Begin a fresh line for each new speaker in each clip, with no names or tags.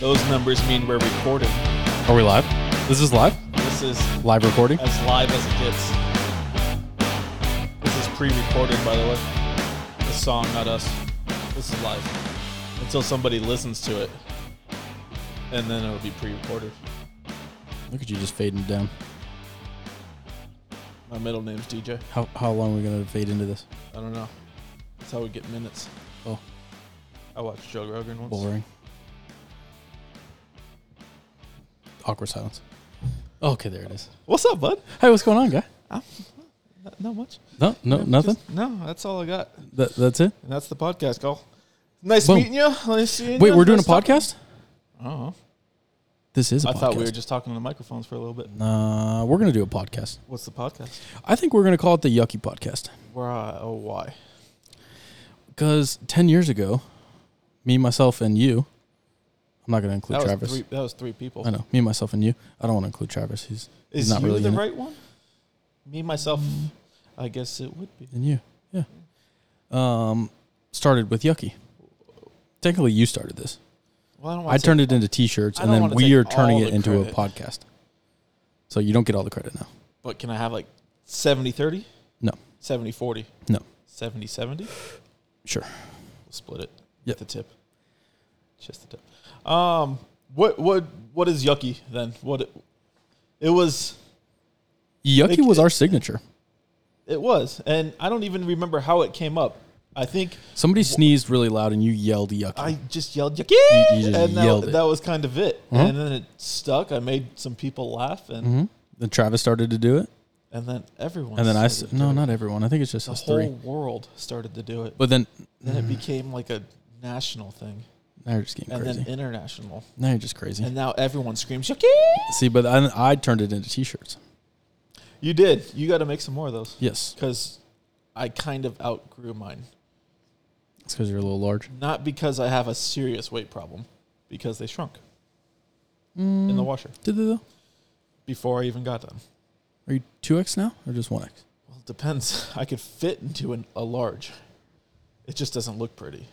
Those numbers mean we're recording.
Are we live? This is live?
This is
Live recording?
as live as it gets. This is pre-recorded, by the way. The song, not us. This is live. Until somebody listens to it, and then it'll be pre-recorded.
Look at you just fading down.
My middle name's DJ.
How, how long are we going to fade into this?
I don't know. That's how we get minutes.
Oh.
I watched Joe Rogan once.
Boring. Awkward silence. Okay, there it is.
What's up, bud?
Hey, what's going on, guy?
Not- Not much.
No, no,
Just-
nothing.
no, that's all I got,
That, that's it.
and that's the podcast, call. Nice
Boom.
meeting you. Nice seeing
Wait,
you.
we're doing a
Nice talking-
podcast.
Oh.
This is a
I
podcast.
thought we were just talking to the microphones for a little bit.
Nah, we're going to do a podcast.
What's the podcast?
I think we're going to call it the Yucky Podcast
Why? Oh, why?
because ten years ago, me, myself, and you. I'm not going to include
That was,
Travis.
three, that was three people.
I know me, myself, and you. I don't want to include Travis. He's
Is
not
you
really
the
in it.
right one? Me, myself, I guess it would be.
And you, yeah. Um, started with Yucky. Technically, you started this.
Well, I don't want
I turned it into T-shirts,
I
and
don't
then
wanna
we
take
are turning
all
it
the
into
credit.
a podcast. So you don't get all the credit now.
But can I have like 70 30?
No.
70 40?
No.
70 70? We'll
Sure.
split it.
Yep.
The tip. Just the tip. Um, what, what, what is yucky then? What, it, it was,
Yucky
Like,
was
it-
our signature.
it was. And I don't even remember how it came up. I think
Somebody sneezed really loud, and you yelled "Yucky."
I just yelled yucky,
you just
and that,
yelled it.
that was kind of it.
Mhm.
And then it stuck. I made some people laugh, and
hmm Then Travis started to do it,
and then everyone.
and then I s-
started
no,
to do it.
not everyone. I think it's just
the
us
whole
three.
world started to do it.
But Mm-hmm. then
then it became like a national thing,
now you're just getting
and
crazy.
then international,
now you're just crazy.
and now everyone screams yucky.
See, but I, I turned it into T-shirts.
You did. You got to make some more of those
Yes,
because I kind of outgrew mine.
it's because you're a little large.
Not because I have a serious weight problem, because they shrunk in the
Mm.
washer
Did they though?
before I even got them.
Are you two X now or just one X?
Well, it depends. I could fit into an, a large. It just doesn't look pretty.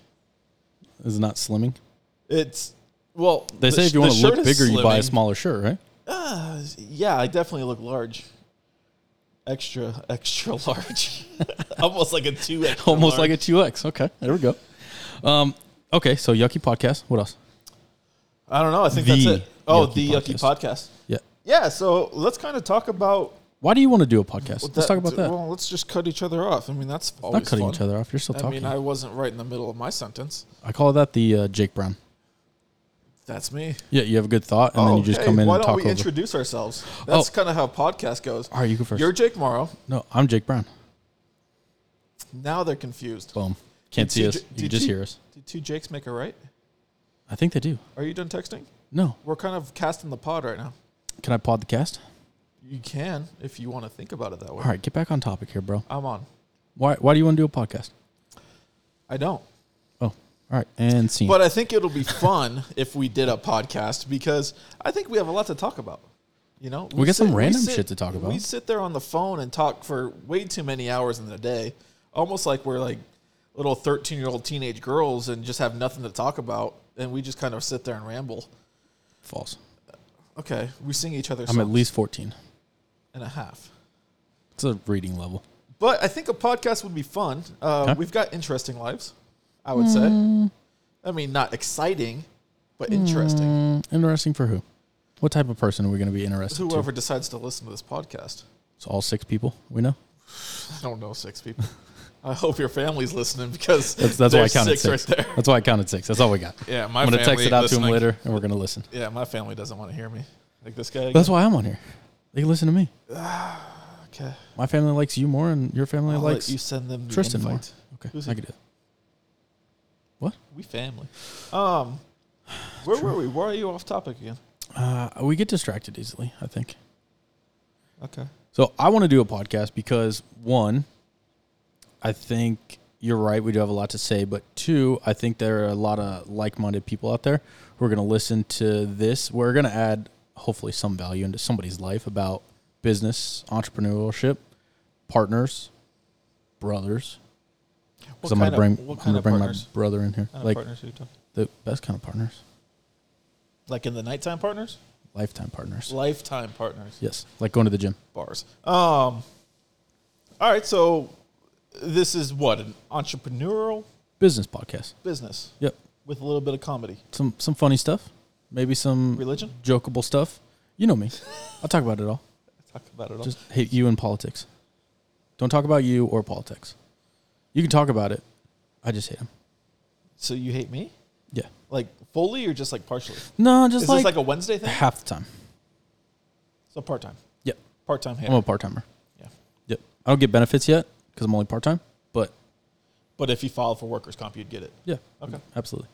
Is it not slimming?
It's well.
They
the
say
sh-
if
the
you want to look
shirt is
bigger, you buy a
slimming.
smaller shirt, right?
Uh, yeah, I definitely look large. Extra, extra large. Almost like a two. Extra
Almost
large.
like a two X. Okay, there we go. Um, okay, so yucky podcast. What else?
I don't know. I think
The
that's it. Oh,
Yucky
the yucky
Podcast.
podcast.
Yeah.
Yeah. So let's kind of talk about.
Why do you want to do a podcast? Let's
that-
talk about that.
Well, let's just cut each other off. I mean, that's always
not cutting
fun.
each other off. You're still
I
talking.
mean, I
I,
wasn't right in the middle of my sentence.
call that the uh, Jake Brown.
That's me.
Yeah, you have a good thought, and
oh,
then you just
hey,
come in
why
and
don't
talk
we
over. Oh.
introduce ourselves? That's kind of how podcast goes.
All right, you go 1st
You're Jake Morrow.
no, I'm Jake Brown.
Now they're confused.
Boom. Can't
Did
see
you
us.
ju-
You
did
can just
you-
hear us.
Did two Jakes make a right?
I think they do.
Are you done texting?
No,
We're kind of casting the pod right now.
can I pod the cast?
You can if you want to think about it that way.
All right, get back on topic here, bro.
I'm on.
Why? Why do you want to do a podcast?
I don't.
Oh, all right, and scene.
But I think it'll be fun if we did a podcast because I think we have a lot to talk about. You know,
We got some random shit to talk about.
We sit there on the phone and talk for way too many hours in the day, almost like we're like little thirteen-year-old teenage girls and just have nothing to talk about, and we just kind of sit there and ramble.
False.
Okay, we sing each other's
I'm at
songs
least 14.
and a half.
It's a reading level.
But I think a podcast would be fun. Uh,
Okay. Mm.
We've got interesting lives, I would say. I mean, not exciting, but interesting.
Mm, interesting for who? What type of person are we going to be interested to?
Whoever decides to listen to this podcast.
It's all six people we know.
I don't know six people. I hope your family's listening because
That's, that's why I
there's
counted six.
six right there.
That's why I counted six. That's all we got.
Yeah, my
I'm going to
family
text it out to
listening.
him later, and we're going to listen.
Yeah, my family doesn't want to hear me. Like this guy.
That's why I'm on here. They can listen to me.
okay.
My family likes you more, and your family
I'll
likes
let you send them the
Tristan more.
invite.
Okay,
Who's
I
it?
can do it.
We family. Um, where were we? Why are you off topic again?
Uh, we get distracted easily, I think.
Okay.
So I want to do a podcast because one, I think you're right. We do have a lot to say, but two, I think there are a lot of like-minded people out there who are going to listen to this. We're going to add hopefully some value into somebody's life about business, entrepreneurship, partners, brothers. Because I'm going to bring,
what
I'm
kind
gonna
of
bring my
partners?
brother in here,
Kind of
like
partners are you talking?
the best kind of partners.
Like in the nighttime partners,
Lifetime partners.
lifetime partners,
Yes, like going to the gym.
bars. Um. All right, so this is what an entrepreneurial
Business podcast.
business
Yep.
with a little bit of comedy,
Some some funny stuff. Maybe some
religion.
jokeable stuff. You know me. I'll talk about it all.
Talk about it all.
Just hate you and politics. Don't talk about you or politics. You can talk about it. I just hate him.
so you hate me,
Yeah.
like fully or just like partially?
No, just
is
like,
this like a Wednesday thing?
half the time.
So part time.
Yep.
Part time
I'm
hater.
a part timer.
Yeah.
Yep. I don't get benefits yet because I'm only part time. But
But if you filed for workers' comp, you'd get it.
yeah.
Okay.
Absolutely.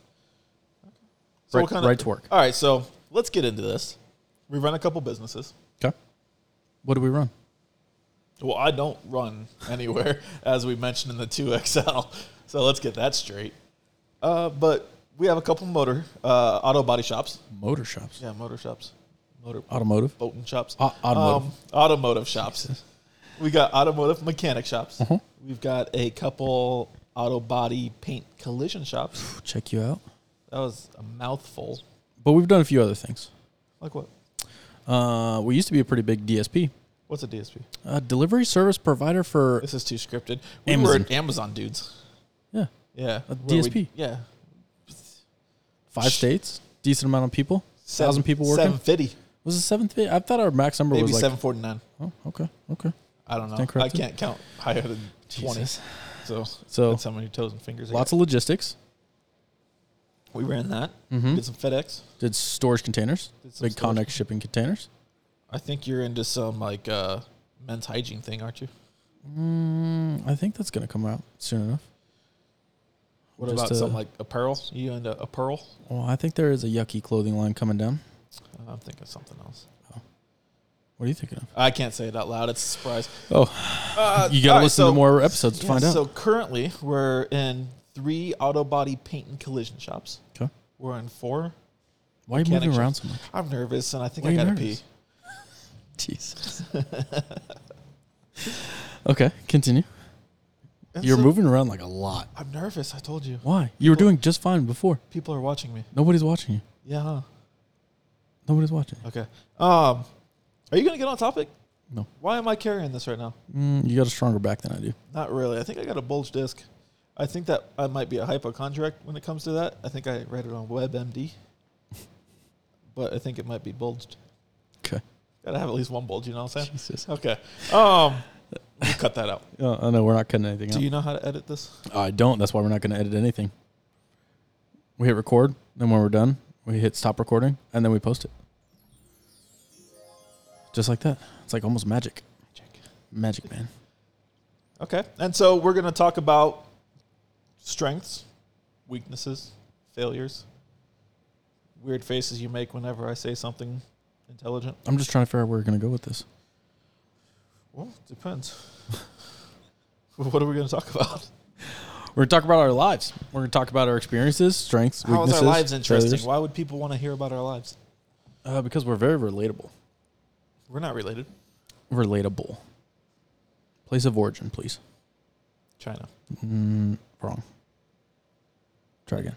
So
right,
what kind of-
right to work.
All right, so let's get into this. We run a couple businesses.
Okay. What do we run?
Well, I don't run anywhere, as we mentioned in the 2XL. So let's get that straight. Uh, but we have a couple motor uh, auto body shops.
Motor shops.
Yeah, motor shops. Motor
Automotive.
boating shops.
Au- automotive.
Um, automotive shops. We got automotive mechanic shops.
Mm-hmm.
We've got a couple auto body paint collision shops.
Check you out.
That was a mouthful.
But we've done a few other things.
Like what?
Uh, we used to be a pretty big DSP,
What's a DSP?
uh, delivery service provider for
This is too scripted. We
Amazon.
were Amazon dudes.
yeah
Yeah.
A
Where we-
DSP.
yeah.
five states, decent amount of people,
Seven-
thousand people working.
750.
Was it seventh? fee? I thought our max number
Maybe
was like
749.
oh okay okay.
I don't
Stand
know. I
corrected?
can't count higher than 20.
Jesus.
So,
So-
that's how many toes and fingers. I
Lots of logistics.
got. We ran that. Did some FedEx.
Did storage containers,
Did Mm-hmm. some
Hmm? big
storage
Connex shipping containers.
I think you're into some like uh, men's hygiene thing, aren't you?
Mm, I think that's gonna come out soon enough.
What
Just,
about
uh,
some like apparel? You into apparel?
Well, I think there is a yucky clothing line coming down.
I'm thinking something else.
What are you thinking of?
I can't say it out loud. It's a surprise.
Oh,
Uh,
you got
all
to
right,
listen
so-
to more episodes to
yeah,
find out.
So currently, we're in three auto body paint and collision shops.
okay.
We're in four.
Why are you
Mechanic
moving around
shops.
so much?
I'm nervous, and I think
Why
I
are you
gotta
nervous?
pee.
Jesus. okay, continue.
And
You're
so-
moving around like a lot.
I'm nervous. I told you.
Why? You were doing just fine before.
People are watching me.
Nobody's watching you.
Yeah. huh?
Nobody's watching. you.
Okay. Um, are you gonna get on topic?
No.
Why am I carrying this right now?
Mm, you got a stronger back than I do.
Not really. I think I got a bulge disc. I think that I might be a hypochondriac when it comes to that. I think I read it on WebMD, but I think it might be bulged.
Okay.
Gotta have at least one bulge. You know what I'm saying?
Jesus.
Okay. Um, we'll cut that out.
Uh, I know we're not cutting anything
Do
out.
you know how to edit this?
I don't. That's why we're not going to edit anything. We hit record, then when we're done, we hit stop recording, and then we post it. Just like that. It's like almost magic. Magic, man.
Okay. And so we're going to talk about strengths, weaknesses, failures, weird faces you make whenever I say something intelligent.
I'm just trying to figure out where we're going to go with this.
Well, it depends. what are we going to talk about?
We're going to talk about our lives. We're going to talk about our experiences, strengths,
How
weaknesses.
is our lives interesting?
failures.
Why would people want to hear about our lives?
Uh, because we're very relatable.
We're not related.
Relatable. Place of origin, please.
China.
Mm, wrong. Try again.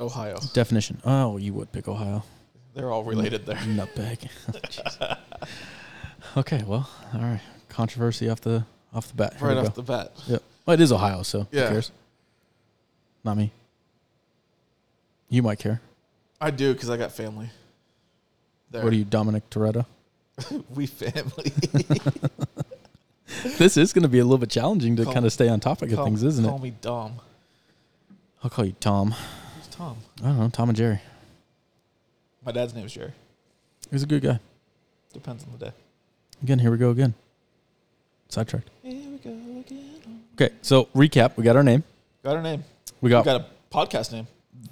Ohio.
Definition. Oh, you would pick Ohio.
They're all related there.
Nutbag. Oh, Jeez. okay, well, all right. Controversy off the off the bat. Here
Right
we
off the
go.
bat.
Yep. Well, it is Ohio, so
Yeah.
who cares? Not me. You might care.
I do because I got family. There.
What are you, Dominic Toretto?
we family.
this is going to be a little bit challenging to
Call-
kind of stay on topic of things, isn't
call
it?
me Dom.
I'll call you Tom.
Who's Tom?
I don't know, Tom and Jerry.
My dad's name is Jerry.
He's a good guy.
Depends on the day.
Again, here we go again. Sidetracked.
Here we go again.
Okay, so recap. We got our name.
Got her name.
We
We
got,
got a podcast name.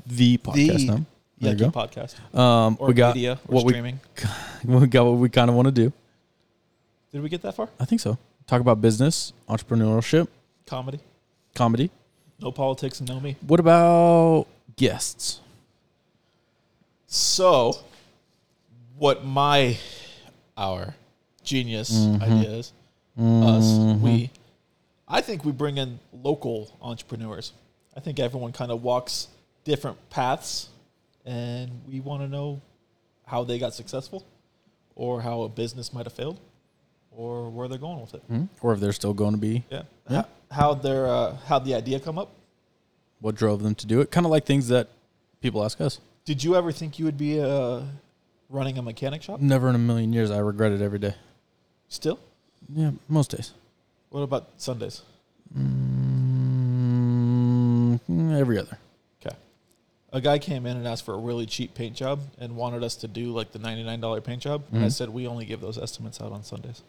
the podcast
the-
name. Oh. There you
Yucky
go.
podcast.
Um,
Or
we got
media or
what we-
streaming.
we got what we kind of want to do.
Did we get that far?
I think so. Talk about business, entrepreneurship,
Comedy.
comedy.
No politics, no me.
What about guests?
So, what my, our genius idea is, us, we, I think we bring in local entrepreneurs. I think everyone kind of walks different paths and we want to know how they got successful or how a business might have failed or where they're going with it.
Hmm? Or if they're still going to be,
Yeah.
Yeah.
How, how their uh, how the idea come up?
what drove them to do it? Kind of like things that people ask us.
Did you ever think you would be uh, running a mechanic shop?
Never in a million years. I regret it every day.
Still?
Yeah, most days.
What about Sundays?
Mm, every other.
Okay. A guy came in and asked for a really cheap paint job and wanted us to do like the $99 paint job. And I
Mhm.
said, we only give those estimates out on Sundays.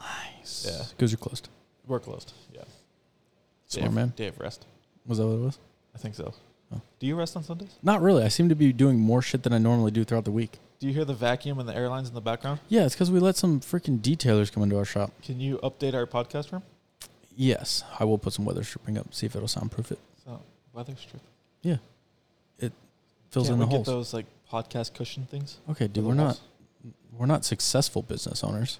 Nice.
Yeah.
Because you're closed.
We're closed. Yeah. Day
Smart
of-
man.
Day of rest.
Was that what it was?
I think so.
Oh.
Do you rest on Sundays?
Not really. I seem to be doing more shit than I normally do throughout the week.
Do you hear the vacuum and the airlines in the background?
Yeah, it's because we let some freaking detailers come into our shop.
Can you update our podcast room?
Yes, I will put some weather stripping up, see if it'll soundproof it.
So weather strip.
Fills
Can't
in the
we
holes.
get those like podcast cushion things?
Okay,
for
dude,
the
we're not
walls?
we're not successful business owners.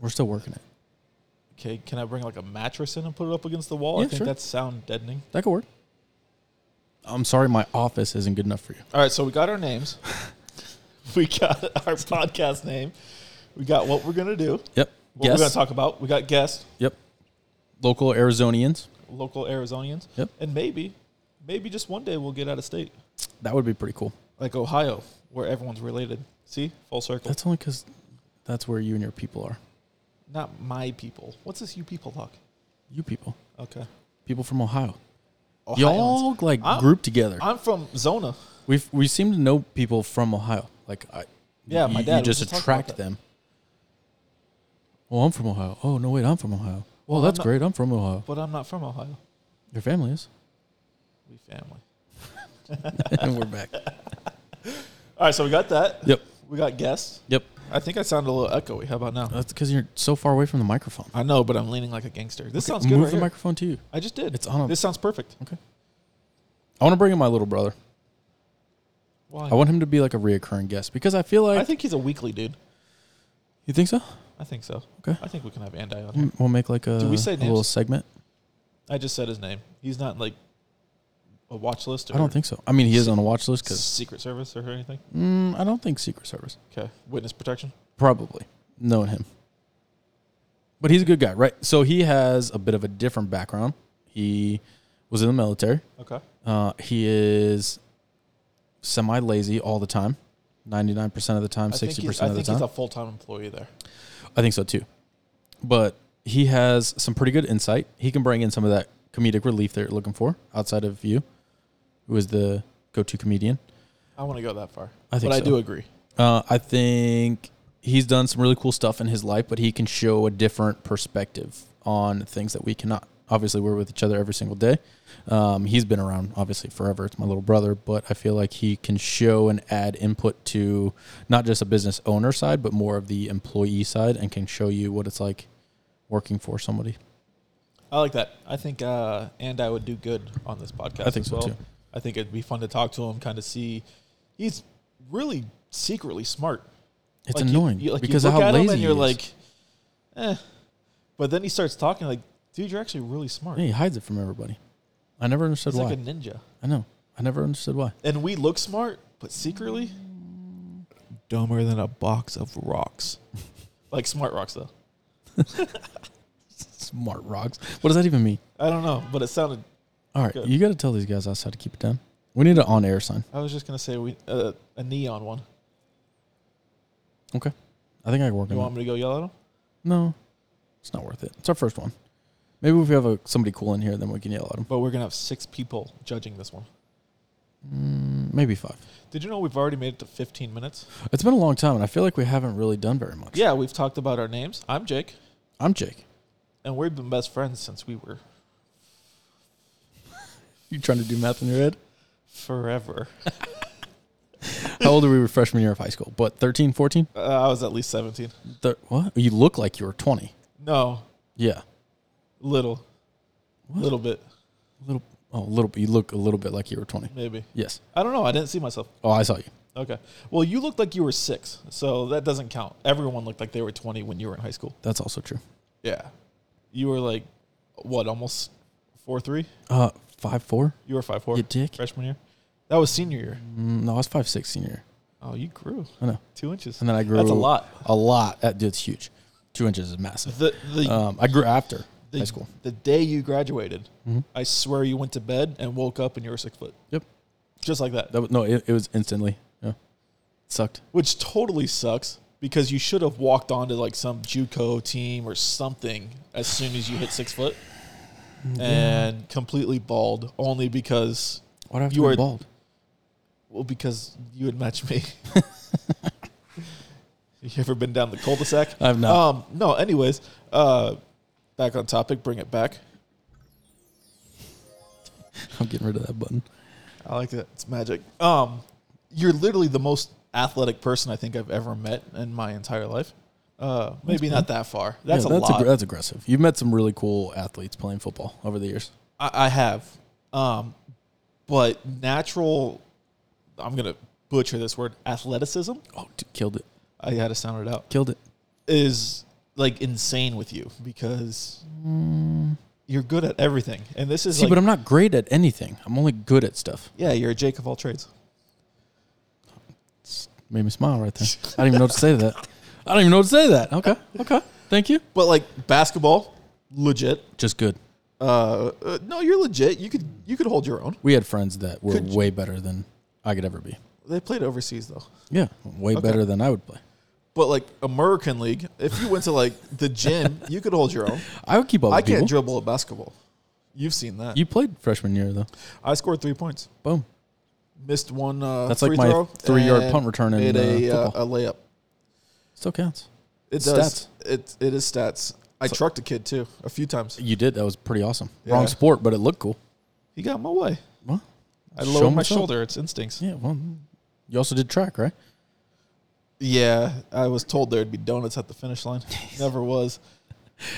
We're still working it.
Okay, can I bring like a mattress in and put it up against the wall? I
Yeah,
think
sure.
that's sound deadening.
That could work. I'm sorry, my office isn't good enough for you.
All right, so we got our names. we got our podcast name. We got what we're gonna do.
Yep.
What we're gonna
Guests,
talk about. We got guests,
local Arizonians.
local Arizonians.
Yep.
And maybe, maybe just one day we'll get out of state,
That would be pretty cool.
like Ohio, where everyone's related. See, full circle.
That's only because that's where you and your people are.
Not my people. What's this? You people talk.
You people,
Okay.
people from Ohio.
Ohioans.
Y'all like
I'm-
group together.
I'm from Zona.
We we seem to know people from Ohio. Like I,
Yeah,
you-
my dad
You
was
just
just talking about
attract
that.
them. Well, I'm from Ohio. Oh no, wait, I'm from Ohio. Well,
Well,
that's
I'm not-
great. I'm from Ohio.
But I'm not from Ohio.
Your family is.
We family.
and we're back.
All right, so we got that.
Yep.
We got guests.
Yep.
I think I sound a little echoey. How about now?
That's because you're so far away from the microphone.
I know, but I'm leaning like a gangster. This sounds good.
Move
Right
the
here.
microphone to you.
I just did.
It's on. A,
this sounds perfect.
I want to bring in my little brother.
Why?
I want him to be like a reoccurring guest because I feel like
I think he's a weekly dude.
you think so.
I think so.
Okay.
I think we can have Andy on here.
Mm, We'll make like a,
Do we say
a little
names?
segment.
I just said his name. He's not like a watch list. Or
I don't think so. I mean, he is on a watch list because
Secret Service or anything.
mm, I don't think Secret Service.
Okay. Witness protection.
Probably known him. But he's a good guy, right? So he has a bit of a different background. He was in the military.
Okay.
Uh, he is semi lazy all the time, 99% of the time,
I think
60%
he's, I
of the
think
time.
he's a full time employee there.
I think so too. But he has some pretty good insight. He can bring in some of that comedic relief they're looking for outside of you, who is the go to comedian.
I want to go that far.
I think
but I
so.
do agree.
Uh, I think he's done some really cool stuff in his life, but he can show a different perspective on things that we cannot. Obviously, we're with each other every single day. Um, he's been around, obviously, forever. It's my little brother, but I feel like he can show and add input to not just a business owner side, but more of the employee side and can show you what it's like working for somebody.
I like that. I think uh, and I would do good on this podcast.
I think
as
so
well.
too.
I think it'd be fun to talk to him, kind of see. He's really secretly smart.
It's
Like, you-
annoying
you- like, you
because of
look
how
at him
lazy
and you're
he is.
like, eh. But then he starts talking like, dude, you're actually really smart.
Yeah, he hides it from everybody. I never understood
He's
why.
like a ninja,
I know. I never understood why.
and we look smart, but secretly dumber than a box of rocks. like smart rocks, though.
Smart rocks. What does that even mean?
I don't know, but it sounded.
All right,
Good.
you got to tell these guys outside to keep it down. We need an on-air sign.
I was just gonna say we uh, a neon one.
I think I can work
You
on
want me to go yell at him?
it. No, it's not worth it. It's our first one. Maybe if we have a, somebody cool in here, then we can yell at them.
But we're gonna have six people judging this one.
Mm, maybe five.
Did you know we've already made it to 15 minutes?
It's been a long time, and I feel like we haven't really done very much.
Yeah, we've talked about our names. I'm Jake,
I'm Jake.
and we've been best friends since we were
You trying to do math in your head?
forever.
How old were we freshman year of high school? But 13, 14?
Uh, I was at least 17.
Thir- what? You look like you were 20.
No,
Yeah.
little.
What?
Little bit,
A little, oh, a little bit. You look a little bit like you were 20.
maybe.
Yes.
I don't know. I didn't see myself.
Oh, I saw you.
Okay. Well, you looked like you were six, so that doesn't count. Everyone looked like they were 20 when you were in high school.
That's also true.
Yeah. You were like, what, almost four three?
Uh, five four.
You were five four
You dick.
freshman year. That was senior year.
Mm, no, I was five six senior, year.
Oh, you grew.
I know.
Two inches.
and then I grew
That's a lot.
a lot. That dude's huge. Two inches is massive.
The the,
Um, I grew after
the
high school.
the day you graduated,
Mhm.
I swear you went to bed and woke up and you were six foot.
Yep.
Just like that.
That was, no, it, it was instantly. Yeah, sucked.
Which totally sucks because you should have walked on to like some JUCO team or something as soon as you hit six foot.
Mm,
And completely bald only because
Why do I have to
You
be
are-
bald?
Well, because you would match me. you ever been down the cul-de-sac?
I've not.
Um, no. Anyways, uh, back on topic. Bring it back.
I'm getting rid of that button.
I like that. It's magic. Um, you're literally the most athletic person I think I've ever met in my entire life. Uh, maybe not that far. That's
Yeah,
a lot.
aggr- that's aggressive. You've met some really cool athletes playing football over the years.
I, I have. Um, but natural. I'm gonna butcher this word. Athleticism.
Oh, dude, killed it.
I had to sound it out.
Killed it.
is like insane with you because you're good at everything. And this is
Mm. See,
like,
but I'm not great at anything. I'm only good at stuff.
yeah, you're a Jake of all trades.
It's made me smile right there. I didn't even know what to say to that. I don't even know what to say to that. Okay. Okay. Thank you.
But like basketball, legit.
Just good.
Uh, uh, no, you're legit. You could you could hold your own.
We had friends that were
Could you-
way better than I could ever be.
They played overseas though.
Yeah. Way better than I would play.
But like American League, if you went to like the gym, you could hold your own.
I would keep up
I
with people.
can't dribble a basketball. You've seen that.
You played freshman year though.
I scored three points,
Boom.
missed one. Uh,
That's
free
like my
throw,
three-yard
and
punt return in,
made a,
uh,
uh,
football.
a layup.
Still counts.
It
Stats.
does. It it is stats. I trucked a kid too a few times.
You did. That was pretty awesome.
Yeah.
Wrong sport, but it looked cool.
He got in my way.
Well,
I
Show
lowered my
myself.
shoulder. It's instincts.
yeah. Well, you also did track, right?
Yeah, I was told there'd be donuts at the finish line. Never was.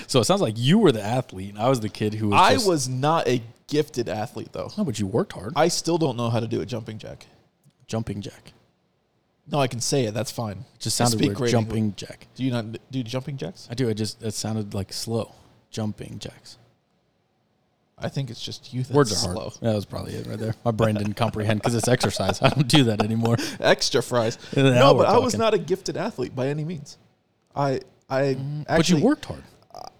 So it sounds like you were the athlete, and I was the kid who was.
I
just-
was not a gifted athlete though.
No, but you worked hard.
I still don't know how to do a jumping jack.
jumping jack.
No, I can say it. That's fine.
It just
I
sounded
speak
weird.
great
Jumping
English.
jack.
Do you not do jumping jacks?
I do. It just it sounded like slow. Jumping jacks.
I think it's just youth.
Words
that's
are
slow.
hard. That was probably it right there. My brain didn't comprehend because it's exercise. I don't do that anymore.
Extra fries.
And now
no,
we're
but I was
talking.
not a gifted athlete by any means. I I
Mm, but
actually
you worked hard.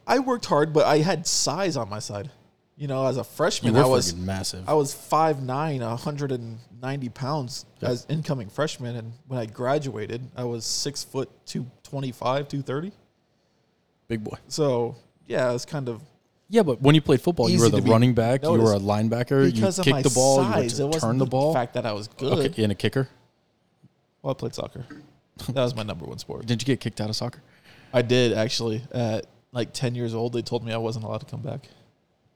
I worked hard, but I had size on my side. You know, as a
You
freshman,
were
I was
freaking massive.
I was 5'9", 190 pounds
Yep.
as incoming freshman, and when I graduated, I was six foot two twenty five, two thirty.
Big boy.
So yeah, it's kind of
Yeah, but when you played football, you
Easy
were
to
the
be
running back. You were a
noticed.
linebacker. You
because of my
kicked the ball.
size.
you
it
would
wasn't
turn the ball.
fact that I was good.
Okay, and a kicker.
Well, I played soccer. That was my number one sport.
Did you get kicked out of soccer?
I did actually at like ten years old. They told me I wasn't allowed to come back.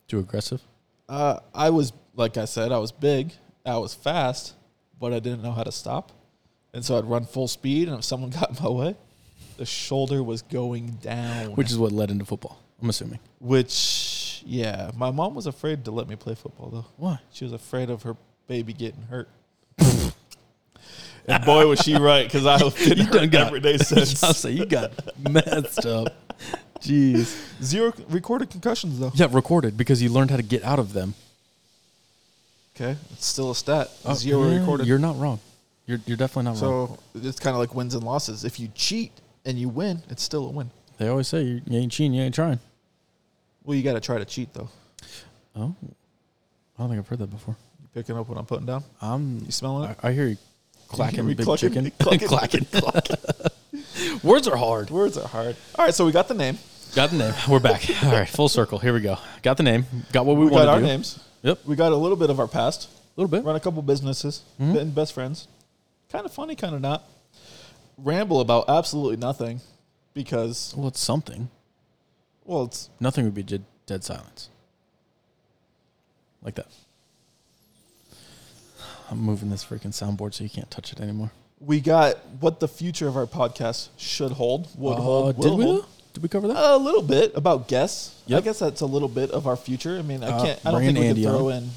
Too aggressive.
Uh, I was like I said, I was big, I was fast, but I didn't know how to stop, and so I'd run full speed, and if someone got in my way, the shoulder was going down.
Which is what led into football. I'm assuming.
Which, yeah, my mom was afraid to let me play football though.
Why?
She was afraid of her baby getting hurt. and boy, was she right because I've been
You done
hurt
got-
every day
I'll
since.
say you got messed up. Jeez.
Zero recorded concussions though.
Yeah, recorded because you learned how to get out of them.
Okay, it's still a stat.
Oh,
Zero
yeah,
recorded.
You're not wrong. You're you're definitely not wrong.
so it's kind of like wins and losses. If you cheat and you win, it's still a win.
They always say you, you ain't cheating, you ain't trying.
Well, you got to try to cheat though.
Oh, I don't think I've heard that before.
You picking up what I'm putting down?
I'm.
You smelling
I,
it?
I hear you
hear
clacking,
me
big
clucking?
chicken,
Clucking.
clacking, Words are hard.
Words are hard. All right, so we got the name.
Got the name. We're back. All right, full circle. Here we go. Got the name. Got what we,
We got
want to
our
do.
names.
Yep.
We got a little bit of our past.
A little bit.
Run a couple businesses.
Mm-hmm.
Been best friends. Kind of funny, kind of not. Ramble about absolutely nothing because
Well, it's something.
well, it's
Nothing would be dead, dead silence. Like that. I'm moving this freaking soundboard so you can't touch it anymore.
we got what the future of our podcast should hold, would
Uh,
hold, will
did we?
hold.
though? Did we cover that?
A little bit about guests. I
Yep.
guess that's a little bit of our future. I mean, I
Uh,
can't. I don't
bring
think we
Andy
can throw
on.
in.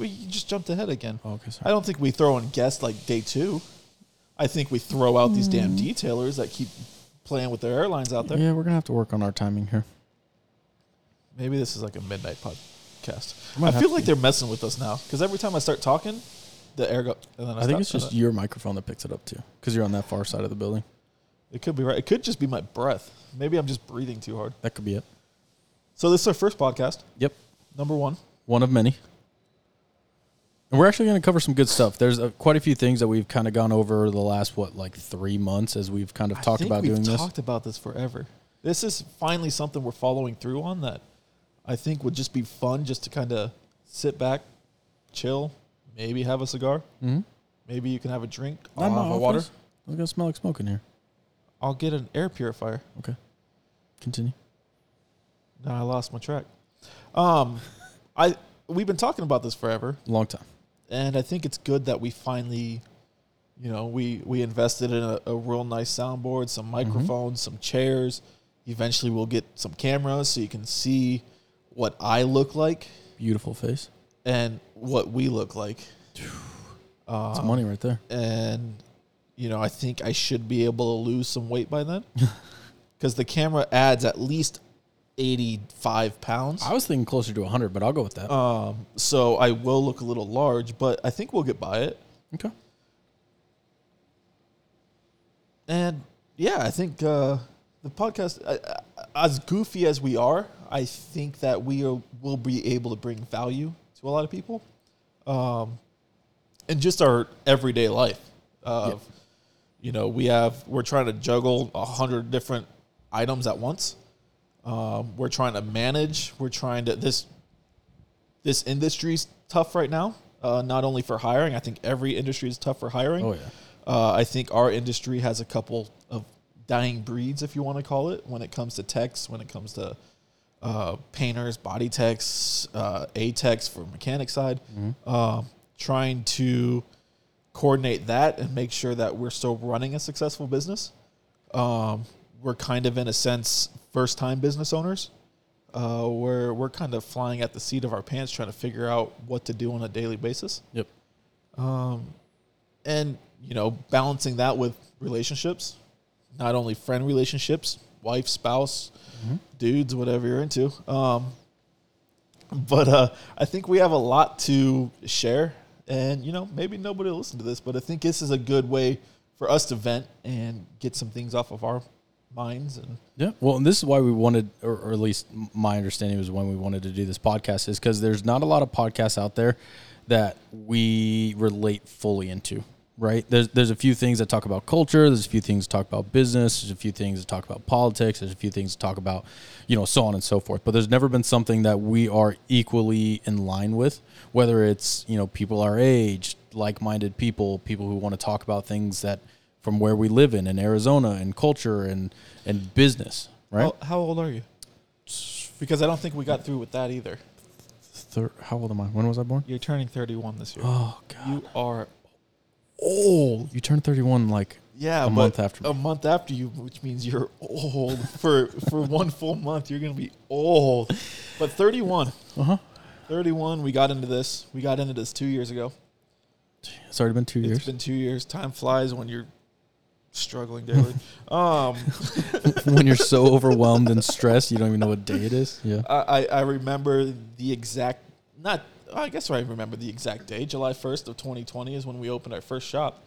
We you just jumped ahead again.
Oh, okay, sorry.
I don't think we throw in guests like day two. I think we throw out these damn detailers that keep playing with their airlines out there.
Yeah, we're gonna have to work on our timing here.
Maybe this is like a midnight pod. podcast.
might
I
have
feel
to.
like they're messing with us now because every time I start talking, the air goes. And then I,
I think
stop
it's just
talking.
your microphone that picks it up too, because you're on that far side of the building.
It could be right. It could just be my breath. Maybe I'm just breathing too hard.
That could be it.
So this is our first podcast,
Yep,
number one.
one of many. And we're actually going to cover some good stuff. There's uh quite a few things that we've kind of gone over the last what like three months as we've kind of talked
I think
about
we've
doing this.
Talked about this forever. This is finally something we're following through on that I think would just be fun, just to kind of sit back, chill, maybe have a cigar,
Mm-hmm.
maybe you can have a drink.
Not
I'll have a water.
It's gonna smell like smoke in here.
I'll get an air purifier.
Continue.
No, I lost my track. Um, I we've been talking about this forever,
Long time.
and I think it's good that we finally, you know, we we invested in a, a real nice soundboard, some microphones, some chairs. Eventually, we'll get some cameras so you can see what I look like
Beautiful face.
and what we look like.
It's
Um,
money right there.
and you know, I think I should be able to lose some weight by then because the camera adds at least eighty-five pounds.
I was thinking closer to 100, but I'll go with that.
Um, so I will look a little large, but I think we'll get by it.
okay.
And yeah, I think uh, the podcast, uh, as goofy as we are, I think that we are, will be able to bring value to a lot of people, um, and just our everyday life. Of you know, we have we're trying to juggle a hundred different items at once. Um, we're trying to manage. We're trying to this this industry's tough right now. Uh, not only for hiring, I think every industry is tough for hiring.
Oh yeah.
Uh, I think our industry has a couple of dying breeds, if you want to call it, when it comes to techs, when it comes to uh, painters, body techs, uh, A techs for mechanic side.
Mm-hmm.
Um, trying to coordinate that and make sure that we're still running a successful business. Um, we're kind of, in a sense, first time business owners. Uh, where we're kind of flying at the seat of our pants trying to figure out what to do on a daily basis
Yep.
and you know balancing that with relationships not only friend relationships wife spouse
Mm-hmm.
dudes whatever you're into um, but uh, i think we have a lot to share and you know maybe nobody will listen to this but i think this is a good way for us to vent and get some things off of our minds and
Yeah. Well, and this is why we wanted, or, or at least m- my understanding was when we wanted to do this podcast, is because there's not a lot of podcasts out there that we relate fully into, right? There's there's a few things that talk about culture. There's a few things that talk about business. There's a few things that talk about politics. There's a few things that talk about, you know, so on and so forth. But there's never been something that we are equally in line with, whether it's you know people our age, like-minded people, people who want to talk about things that from where we live in in Arizona and culture and and business, right?
how, how old are you because i don't think we got through with that either
Thir- how old am I? When was I born?
you're turning 31 this year
Oh god.
you are
old. You turned 31 like
Yeah,
a
but
month after
a month after you, which means you're old for for one full month. You're gonna be old, but 31,
Uh-huh.
31. We got into this. We got into this two years ago.
It's already been 2
It's
years.
been two years. Time flies when you're struggling daily. um,
when you're so overwhelmed and stressed, you don't even know what day it is. Yeah.
I, I I remember the exact not. I guess I remember the exact day. July 1st of 2020 is when we opened our first shop,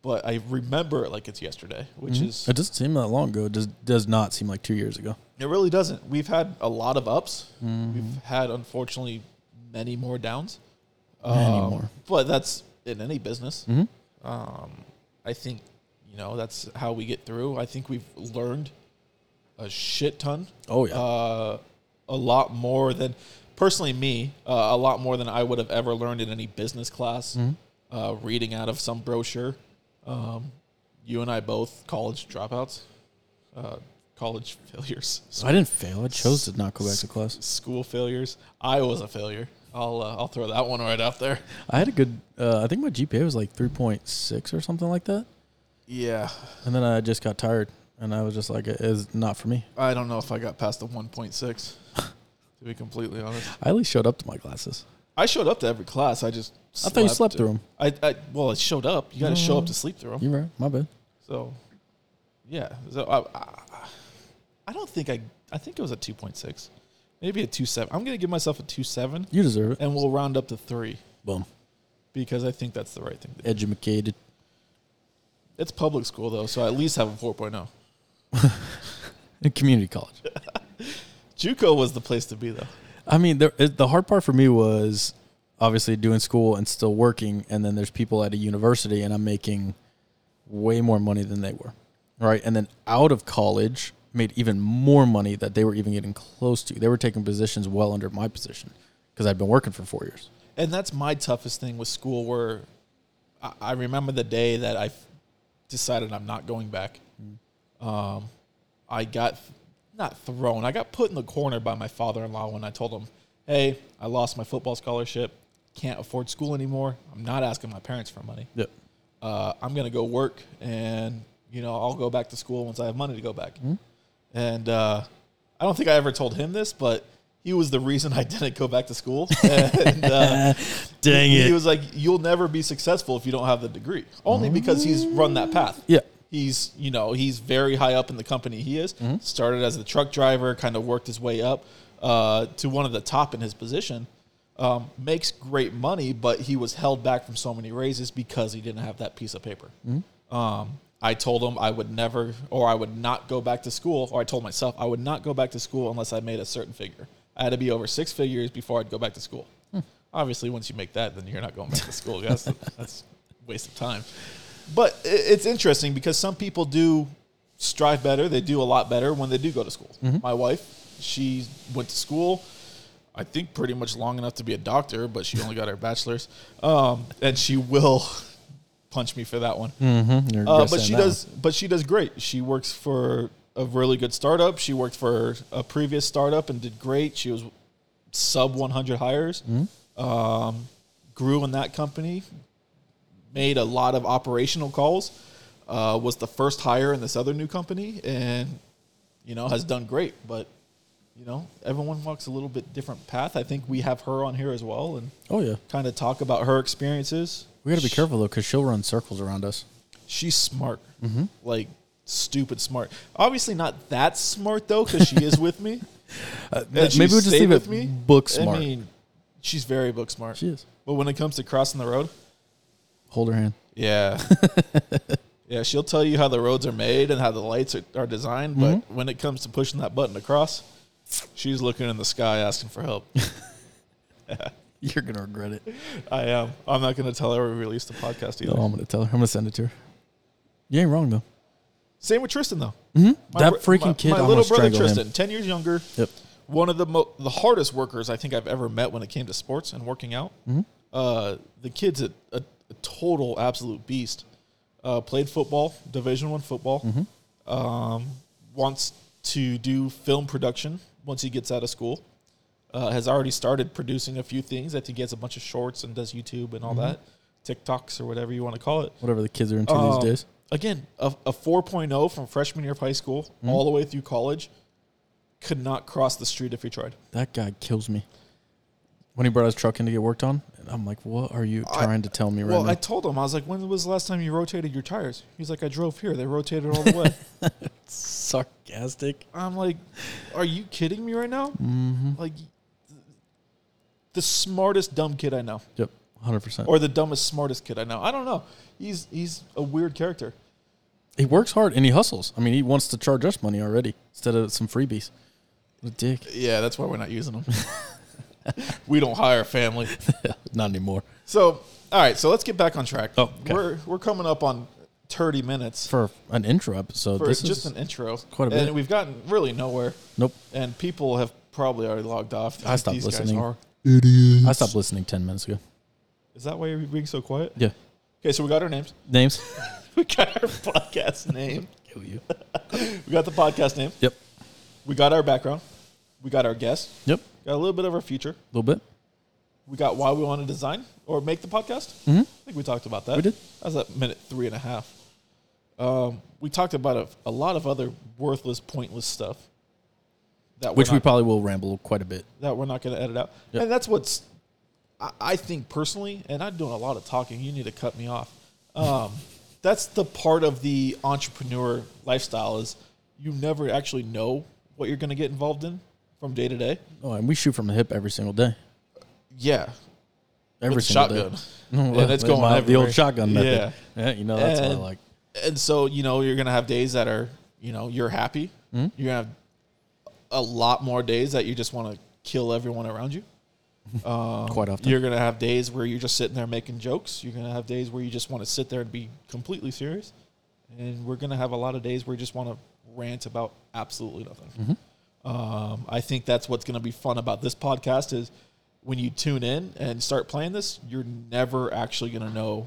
but I remember it like it's yesterday, which is
It doesn't seem that long ago. It does does not seem like 2 years ago.
It really doesn't. We've had a lot of ups.
Mm-hmm.
We've had, unfortunately, many more downs.
Many
Um,
more.
But that's in any business.
Mhm.
Um, I think, you know, that's how we get through. I think we've learned a shit ton.
Oh yeah.
Uh, a lot more than, personally, me, uh, a lot more than I would have ever learned in any business class,
Mm-hmm.
uh, reading out of some brochure. Um, you and I both, college dropouts, uh, college failures
I didn't fail. I chose to not go back to class.
school failures. I was a failure. I'll uh, I'll throw that one right out there.
I had a good uh, I think my GPA was like 3.6 or something like that.
Yeah,
And then I just got tired and I was just like it is not for me.
I don't know if I got past the one point six. to be completely honest,
I at least showed up to my classes.
I showed up to every class. I just
I thought you slept through them.
I, I well, I showed up. You got to show up to sleep through them.
You're right. My bad.
So, yeah. So I, I, I don't think I. I think it was a two point six. Maybe a two seven. I'm gonna give myself a two seven,
You deserve it.
and we'll round up to three
Boom.
because I think that's the right thing. to do.
Educated.
It's public school though, so I at least have a oh. 4.0.
And community college.
JUCO was the place to be though.
I mean, the, it- the hard part for me was obviously doing school and still working, and then there's people at a university, and I'm making way more money than they were, right? And then out of college, made even more money that they were even getting close to. They were taking positions well under my position because I'd been working for four years.
And that's my toughest thing with school. Where I, I remember the day that I f- decided I'm not going back. Um, I got th- not thrown. I got put in the corner by my father-in-law when I told him, "Hey, I lost my football scholarship. Can't afford school anymore. I'm not asking my parents for money.
Yep.
Uh, I'm gonna go work, and you know I'll go back to school once I have money to go back." And uh, I don't think I ever told him this, but he was the reason I didn't go back to school. and, uh,
Dang
he was like, "You'll never be successful if you don't have the degree." Only because he's run that path.
Yeah.
he's you know he's very high up in the company. He is
Mm-hmm.
started as a truck driver, kind of worked his way up uh, to one of the top in his position. Um, makes great money, but he was held back from so many raises because he didn't have that piece of paper.
Mm-hmm.
Um, I told him I would never, or I would not go back to school, or I told myself I would not go back to school unless I made a certain figure. I had to be over six figures before I'd go back to school.
Hmm.
Obviously, once you make that, then you're not going back to school. That's that's a waste of time. But i- it's interesting because some people do strive better. They do a lot better when they do go to school. My wife, she went to school. I think pretty much long enough to be a doctor, but she only got her bachelor's, um, and she will punch me for that one.
Mm-hmm. You're
Uh,
just
but
saying
she
that one.
does. But she does great. She works for a really good startup. She worked for a previous startup and did great. She was sub 100 hires.
Mm-hmm.
Um, grew in that company. Made a lot of operational calls. Uh, was the first hire in this other new company, and you know has done great. But you know everyone walks a little bit different path. I think we have her on here as well, and
Oh yeah.
kind of talk about her experiences.
We got to be careful though, because she'll run circles around us.
She's smart,
Mm-hmm.
like stupid smart. Obviously not that smart though, because she is with me. And she
Uh, maybe we'll just
stayed
leave it book smart.
I mean, she's very book smart.
She is.
But when it comes to crossing the road,
Hold her hand.
yeah, yeah, she'll tell you how the roads are made and how the lights are, are designed. But
Mm-hmm.
when it comes to pushing that button across, she's looking in the sky asking for help.
You're gonna regret it.
I am. I'm not going to tell her we released the podcast either.
No, I'm gonna tell her. I'm gonna send it to her. You ain't wrong though.
Same with Tristan though. My
that
bro-
freaking
my-
kid
my little
almost
brother
strangled
Tristan,
him.
ten years younger.
Yep.
one of the mo- the hardest workers I think I've ever met when it came to sports and working out. Uh, the kid's a, a, a total absolute beast. Uh, played football, Division One football. Um, wants to do film production once he gets out of school. Uh, has already started producing a few things. I think he has a bunch of shorts and does YouTube and all that, TikToks or whatever you want to call it.
Whatever the kids are into
Um,
these days.
Again, a, a 4.0 from freshman year of high school all the way through college. Could not cross the street if he tried.
That guy kills me. When he brought his truck in to get worked on, and I'm like, "What are you
I-
trying to tell me right
Well,
now?"
I told him, I was like, when was the last time you rotated your tires? He's like, I drove here. They rotated all the way.
Sarcastic.
I'm like, are you kidding me right now? Like, the smartest dumb kid I know,
Yep, hundred percent.
or the dumbest smartest kid I know. I don't know. He's he's a weird character.
He works hard and he hustles. I mean, he wants to charge us money already instead of some freebies. What a dick.
Yeah, that's why we're not using him. we don't hire family.
Not anymore.
So, all right. So let's get back on track.
Oh, okay.
we're we're coming up on 30 minutes
For an intro episode,
for
this
just
is
an intro,
quite a
and
bit.
we've gotten really nowhere.
nope.
and people have probably already logged off.
I stopped
These
listening.
Guys are.
I stopped listening ten minutes ago.
Is that why you're being so quiet?
Yeah,
Okay, so we got our names.
names.
We got our podcast name.
Kill you.
We got the podcast name.
Yep.
We got our background. We got our guest.
Yep.
Got a little bit of our future.
A little bit.
We got why we want to design or make the podcast. I think we talked about that.
Mm-hmm. We did.
That was at minute three and a half. Um, we talked about a, a lot of other worthless, pointless stuff that we're
Which we
not-
probably will ramble quite a bit.
that we're not going to edit out.
Yeah.
And that's what's, I, I think personally, and I'm doing a lot of talking. You need to cut me off. Um, that's the part of the entrepreneur lifestyle is you never actually know what you're going to get involved in from day to day.
Oh, and we shoot from the hip every single day.
Yeah,
Every
with the
single
shotgun.
day. Well,
it's
my-
going
the
everywhere.
old shotgun method. Yeah. you know that's what I
And-
like.
and so you know you're gonna have days that are you know you're happy
Hmm?
you're gonna have a lot more days that you just want to kill everyone around you um,
Quite often.
you're gonna have days where you're just sitting there making jokes you're gonna have days where you just want to sit there and be completely serious and we're gonna have a lot of days where you just want to rant about absolutely nothing
Mm-hmm.
um, i think that's what's gonna be fun about this podcast is when you tune in and start playing this you're never actually gonna know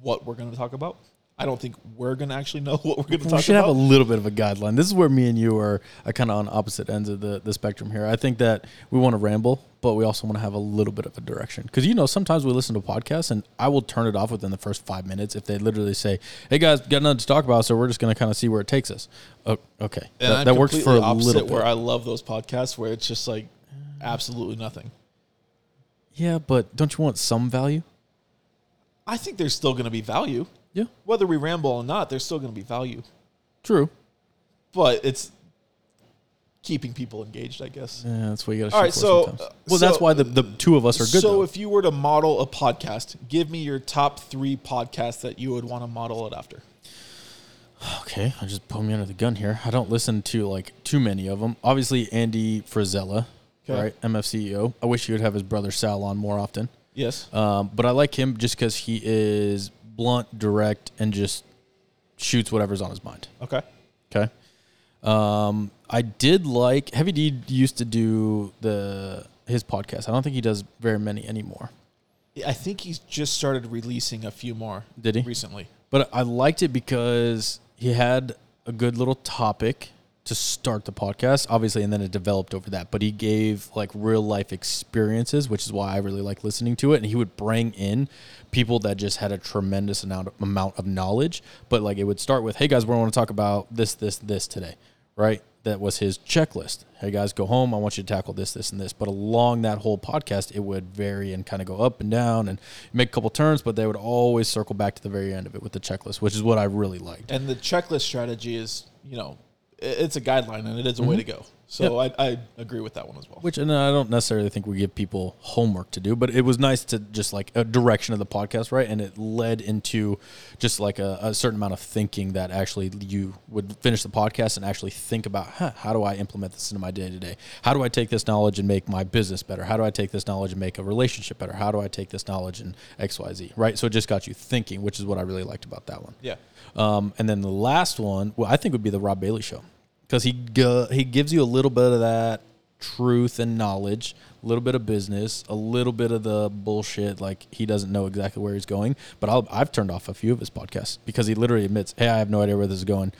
what we're going to talk about. I don't think we're going to actually know what we're going to
We
talk
should
about.
have a little bit of a guideline. This is where me and you are, are kind of on opposite ends of the, the spectrum here. I think that we want to ramble, but we also want to have a little bit of a direction. Because, you know, sometimes we listen to podcasts and I will turn it off within the first five minutes if they literally say, hey guys, got nothing to talk about, so we're just going to kind of see where it takes us. Oh, okay.
and
that
I'm
that works
completely
for a little
opposite
bit. Uh.
where I love those podcasts where it's just like absolutely nothing.
yeah, but don't you want some value?
I think there's still going to be value.
Yeah.
Whether we ramble or not, there's still going to be value.
True.
But it's keeping people engaged, I guess.
Yeah, that's what you got to shoot
All right,
for
so,
sometimes.
uh,
Well, that's
so-
why the, the two of us are good,
so
though.
if you were to model a podcast, give me your top three podcasts that you would want to model it after.
Okay, I just pulled me under the gun here. I don't listen to like too many of them. Obviously, Andy Frizella,
Okay.
right? MFCEO. E I wish he would have his brother Sal on more often.
Yes.
Um, but I like him just because he is blunt, direct, and just shoots whatever's on his mind.
Okay.
Okay. Um, I did like Heavy D used to do the his podcast. I don't think he does very many anymore.
I think he's just started releasing a few more.
Did he?
Recently.
But I liked it because he had a good little topic to start the podcast, obviously, and then it developed over that. But he gave like real life experiences, which is why I really like listening to it. And he would bring in people that just had a tremendous amount amount of knowledge. But like it would start with, "Hey guys, we want to talk about this, this, this today," right? That was his checklist. Hey guys, go home. I want you to tackle this, this, and this. But along that whole podcast, it would vary and kind of go up and down and make a couple turns, but they would always circle back to the very end of it with the checklist, which is what I really liked.
and the checklist strategy is you know i- it's a guideline and it is a way to go so I, I agree with that one as well
Mm-hmm. Which, and uh, I don't necessarily think we give people homework to do, but it was nice to just like a direction of the podcast, right? And it led into just like a, a certain amount of thinking that actually you would finish the podcast and actually think about huh, how do I implement this into my day to day? How do I take this knowledge and make my business better? How do I take this knowledge and make a relationship better? How do I take this knowledge and XYZ, right? So it just got you thinking, which is what I really liked about that one.
yeah
Um, and then the last one, well, I think would be the Rob Bailey show because he go, he gives you a little bit of that truth and knowledge, a little bit of business, a little bit of the bullshit. Like he doesn't know exactly where he's going. But I'll, I've turned off a few of his podcasts because he literally admits, "Hey, I have no idea where this is going."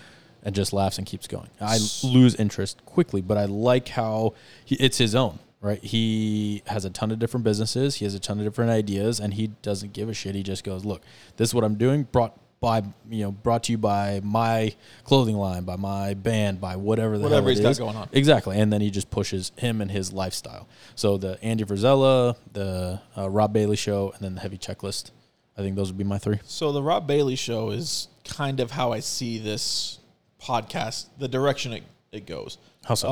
And just laughs and keeps going. I lose interest quickly, but I like how he, it's his own, right? He has a ton of different businesses. He has a ton of different ideas, and he doesn't give a shit. He just goes, "Look, this is what I'm doing. Brought by you know brought to you by my clothing line by my band by whatever the
Whatever
hell it
he's got
is.
going on.
exactly and then he just pushes him and his lifestyle so the andy Verzella, the uh, rob bailey show and then the heavy checklist i think those would be my three
so the rob bailey show is kind of how i see this podcast the direction it, it goes
how so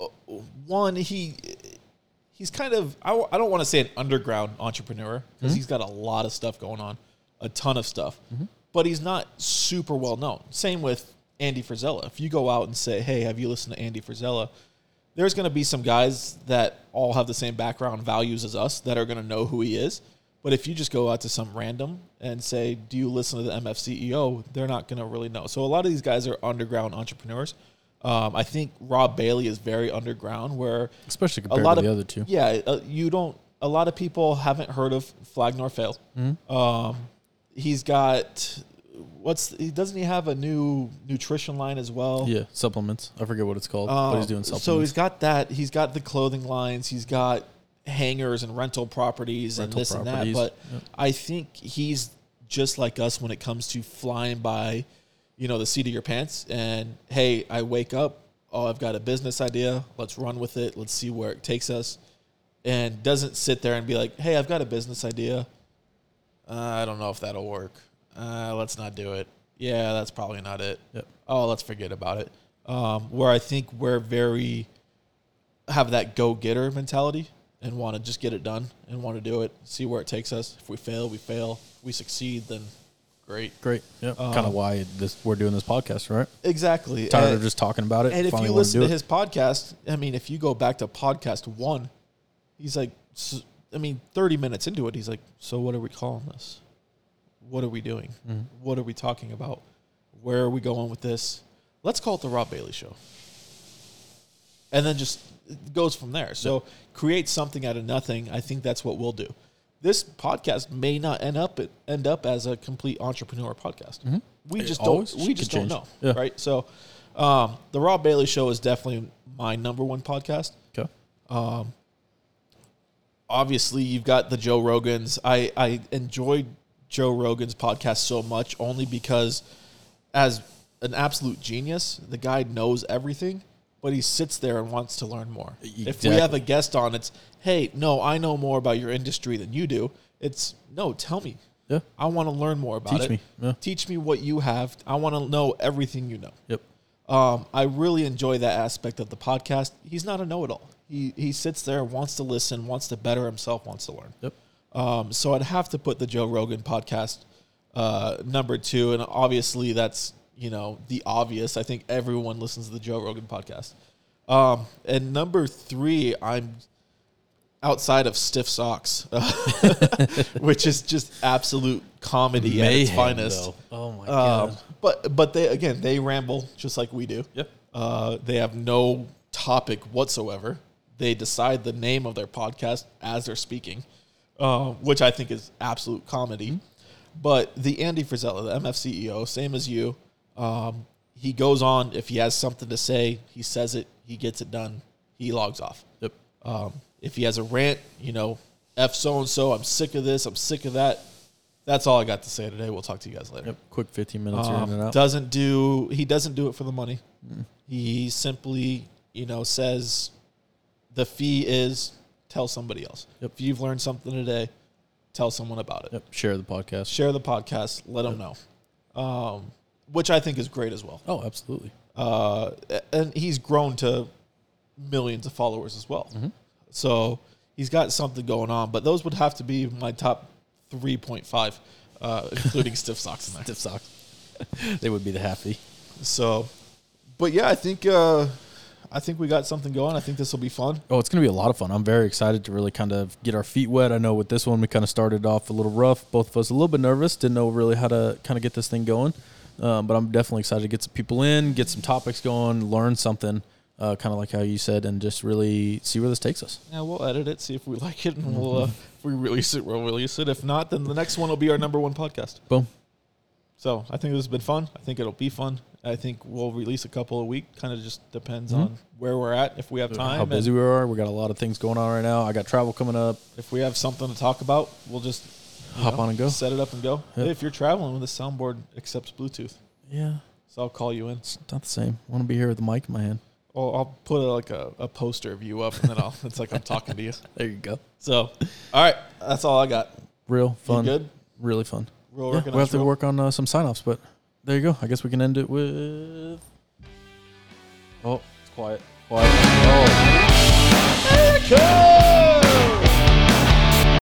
Uh, one he he's kind of i, w- I don't want to say an underground entrepreneur because he's got a lot of stuff going on a ton of stuff but he's not super well known same with andy frizella if you go out and say hey have you listened to andy frizella there's going to be some guys that all have the same background values as us that are going to know who he is but if you just go out to some random and say do you listen to the mfceo E they're not going to really know so a lot of these guys are underground entrepreneurs um, i think rob bailey is very underground where
especially
a
compared
lot
to
of
the other two
Yeah, uh, you don't. A lot of people haven't heard of Flag Nor Fail.
Mm-hmm.
Um, he's got what's he doesn't he have a new nutrition line as well?
yeah supplements i forget what it's called but he's doing
Um,
supplements
So he's got that. He's got the clothing lines. He's got hangars and rental properties
Rental
and this
properties,
and that. But I think he's just like us when it comes to flying by, you know, the seat of your pants. And hey, I wake up. Oh, I've got a business idea. Let's run with it. Let's see where it takes us. And doesn't sit there and be like, hey, I've got a business idea. Uh, I don't know if that'll work. Uh, let's not do it. Yeah, that's probably not it.
Yep.
Oh, let's forget about it. um, where I think we're very have that go getter mentality and want to just get it done and want to do it, see where it takes us. If we fail, we fail. If we succeed, then great.
Great. Yep.
Oh.
kind of why this we're doing this podcast, right?
Exactly.
Tired
And-
of just talking about it.
and if
finally
you
wanna
listen
do
to
it.
his podcast, I mean, if you go back to podcast one, he's like, s- I mean, 30 minutes into it, he's like, so what are we calling this? What are we doing?
Mm-hmm.
What are we talking about? Where are we going with this? Let's call it the Rob Bailey Show. And then just it goes from there. So create something out of nothing. I think that's what we'll do. This podcast may not end up end up as a complete entrepreneur podcast. We
Mm-hmm. It
just
always
don't we
could
just don't
change.
know,
Yeah.
right? So, um, the Rob Bailey Show is definitely my number one podcast.
Okay.
Obviously, you've got the Joe Rogans. I I enjoyed Joe Rogan's podcast so much only because, as an absolute genius, the guy knows everything, but he sits there and wants to learn more. If we
Exactly.
have a guest on, it's hey, no, I know more about your industry than you do. It's no, tell me.
Yeah.
I want to learn more about it.
Teach me. Yeah.
Teach me what you have. I want to know everything you know.
Yep.
Um, I really enjoy that aspect of the podcast. He's not a know-it-all. He he sits there, wants to listen, wants to better himself, wants to learn.
Yep.
Um, so I'd have to put the Joe Rogan podcast uh, number two, and obviously that's you know the obvious. I think everyone listens to the Joe Rogan podcast. Um, and number three, I'm outside of stiff socks, which is just absolute comedy at its
Mayhem,
finest.
though. Oh my
Um, but but they again they ramble just like we do.
Yep.
Uh, they have no topic whatsoever. They decide the name of their podcast as they're speaking, uh, which I think is absolute comedy.
Mm-hmm.
But the Andy Frizella, the MF CEO, E same as you, um, he goes on. If he has something to say, he says it. He gets it done. He logs off.
Yep.
Um, if he has a rant, you know, F so and so, I'm sick of this, I'm sick of that. That's all I got to say today. We'll talk to you guys later.
Yep. Quick 15 minutes
Um,
in and out.
doesn't do he doesn't do it for the money.
Mm.
He simply, you know, says the fee is tell somebody else.
Yep.
If you've learned something today, tell someone about it.
Yep. Share the podcast.
Share the podcast, let them know. Um, which I think is great as well.
Oh, absolutely.
Uh, and he's grown to millions of followers as well.
Mm-hmm.
So he's got something going on, but those would have to be my top 3.5, uh, including Stiff Socks in there.
Stiff socks. they would be the happy.
So, but yeah, I think uh, I think we got something going. I think this will be fun.
Oh, it's going to be a lot of fun. I'm very excited to really kind of get our feet wet. I know with this one, we kind of started off a little rough. Both of us a little bit nervous, didn't know really how to kind of get this thing going. Um, but I'm definitely excited to get some people in, get some topics going, learn something, uh, kind of like how you said, and just really see where this takes us.
Yeah, we'll edit it, see if we like it, and we'll uh, if we release it, we'll release it. If not, then the next one will be our number one podcast.
Boom.
So I think this has been fun. I think it'll be fun. I think we'll release a couple a week. Kind of just depends on where we're at, if we have time,
how
and
busy we are. We got a lot of things going on right now. I got travel coming up.
if we have something to talk about, we'll just you
Hop on and go.
set it up and go.
Yep.
Hey, if you're traveling, the soundboard accepts Bluetooth,
Yeah,
so I'll call you in.
it's not the same. I want to be here with the mic in my hand.
I'll, I'll put a, like a, a poster of you up, and then I'll it's like I'm talking to you.
There you go.
So, all right, that's all I got.
Real fun.
good?
Really fun.
Real
Yeah,
working
we'll have to
outro.
work on uh, some sign offs, but there you go. I guess we can end it with. Oh, it's quiet. Quiet. Oh.
Go!